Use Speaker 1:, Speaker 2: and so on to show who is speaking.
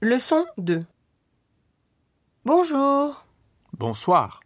Speaker 1: Leçon 2 Bonjour,
Speaker 2: Bonsoir.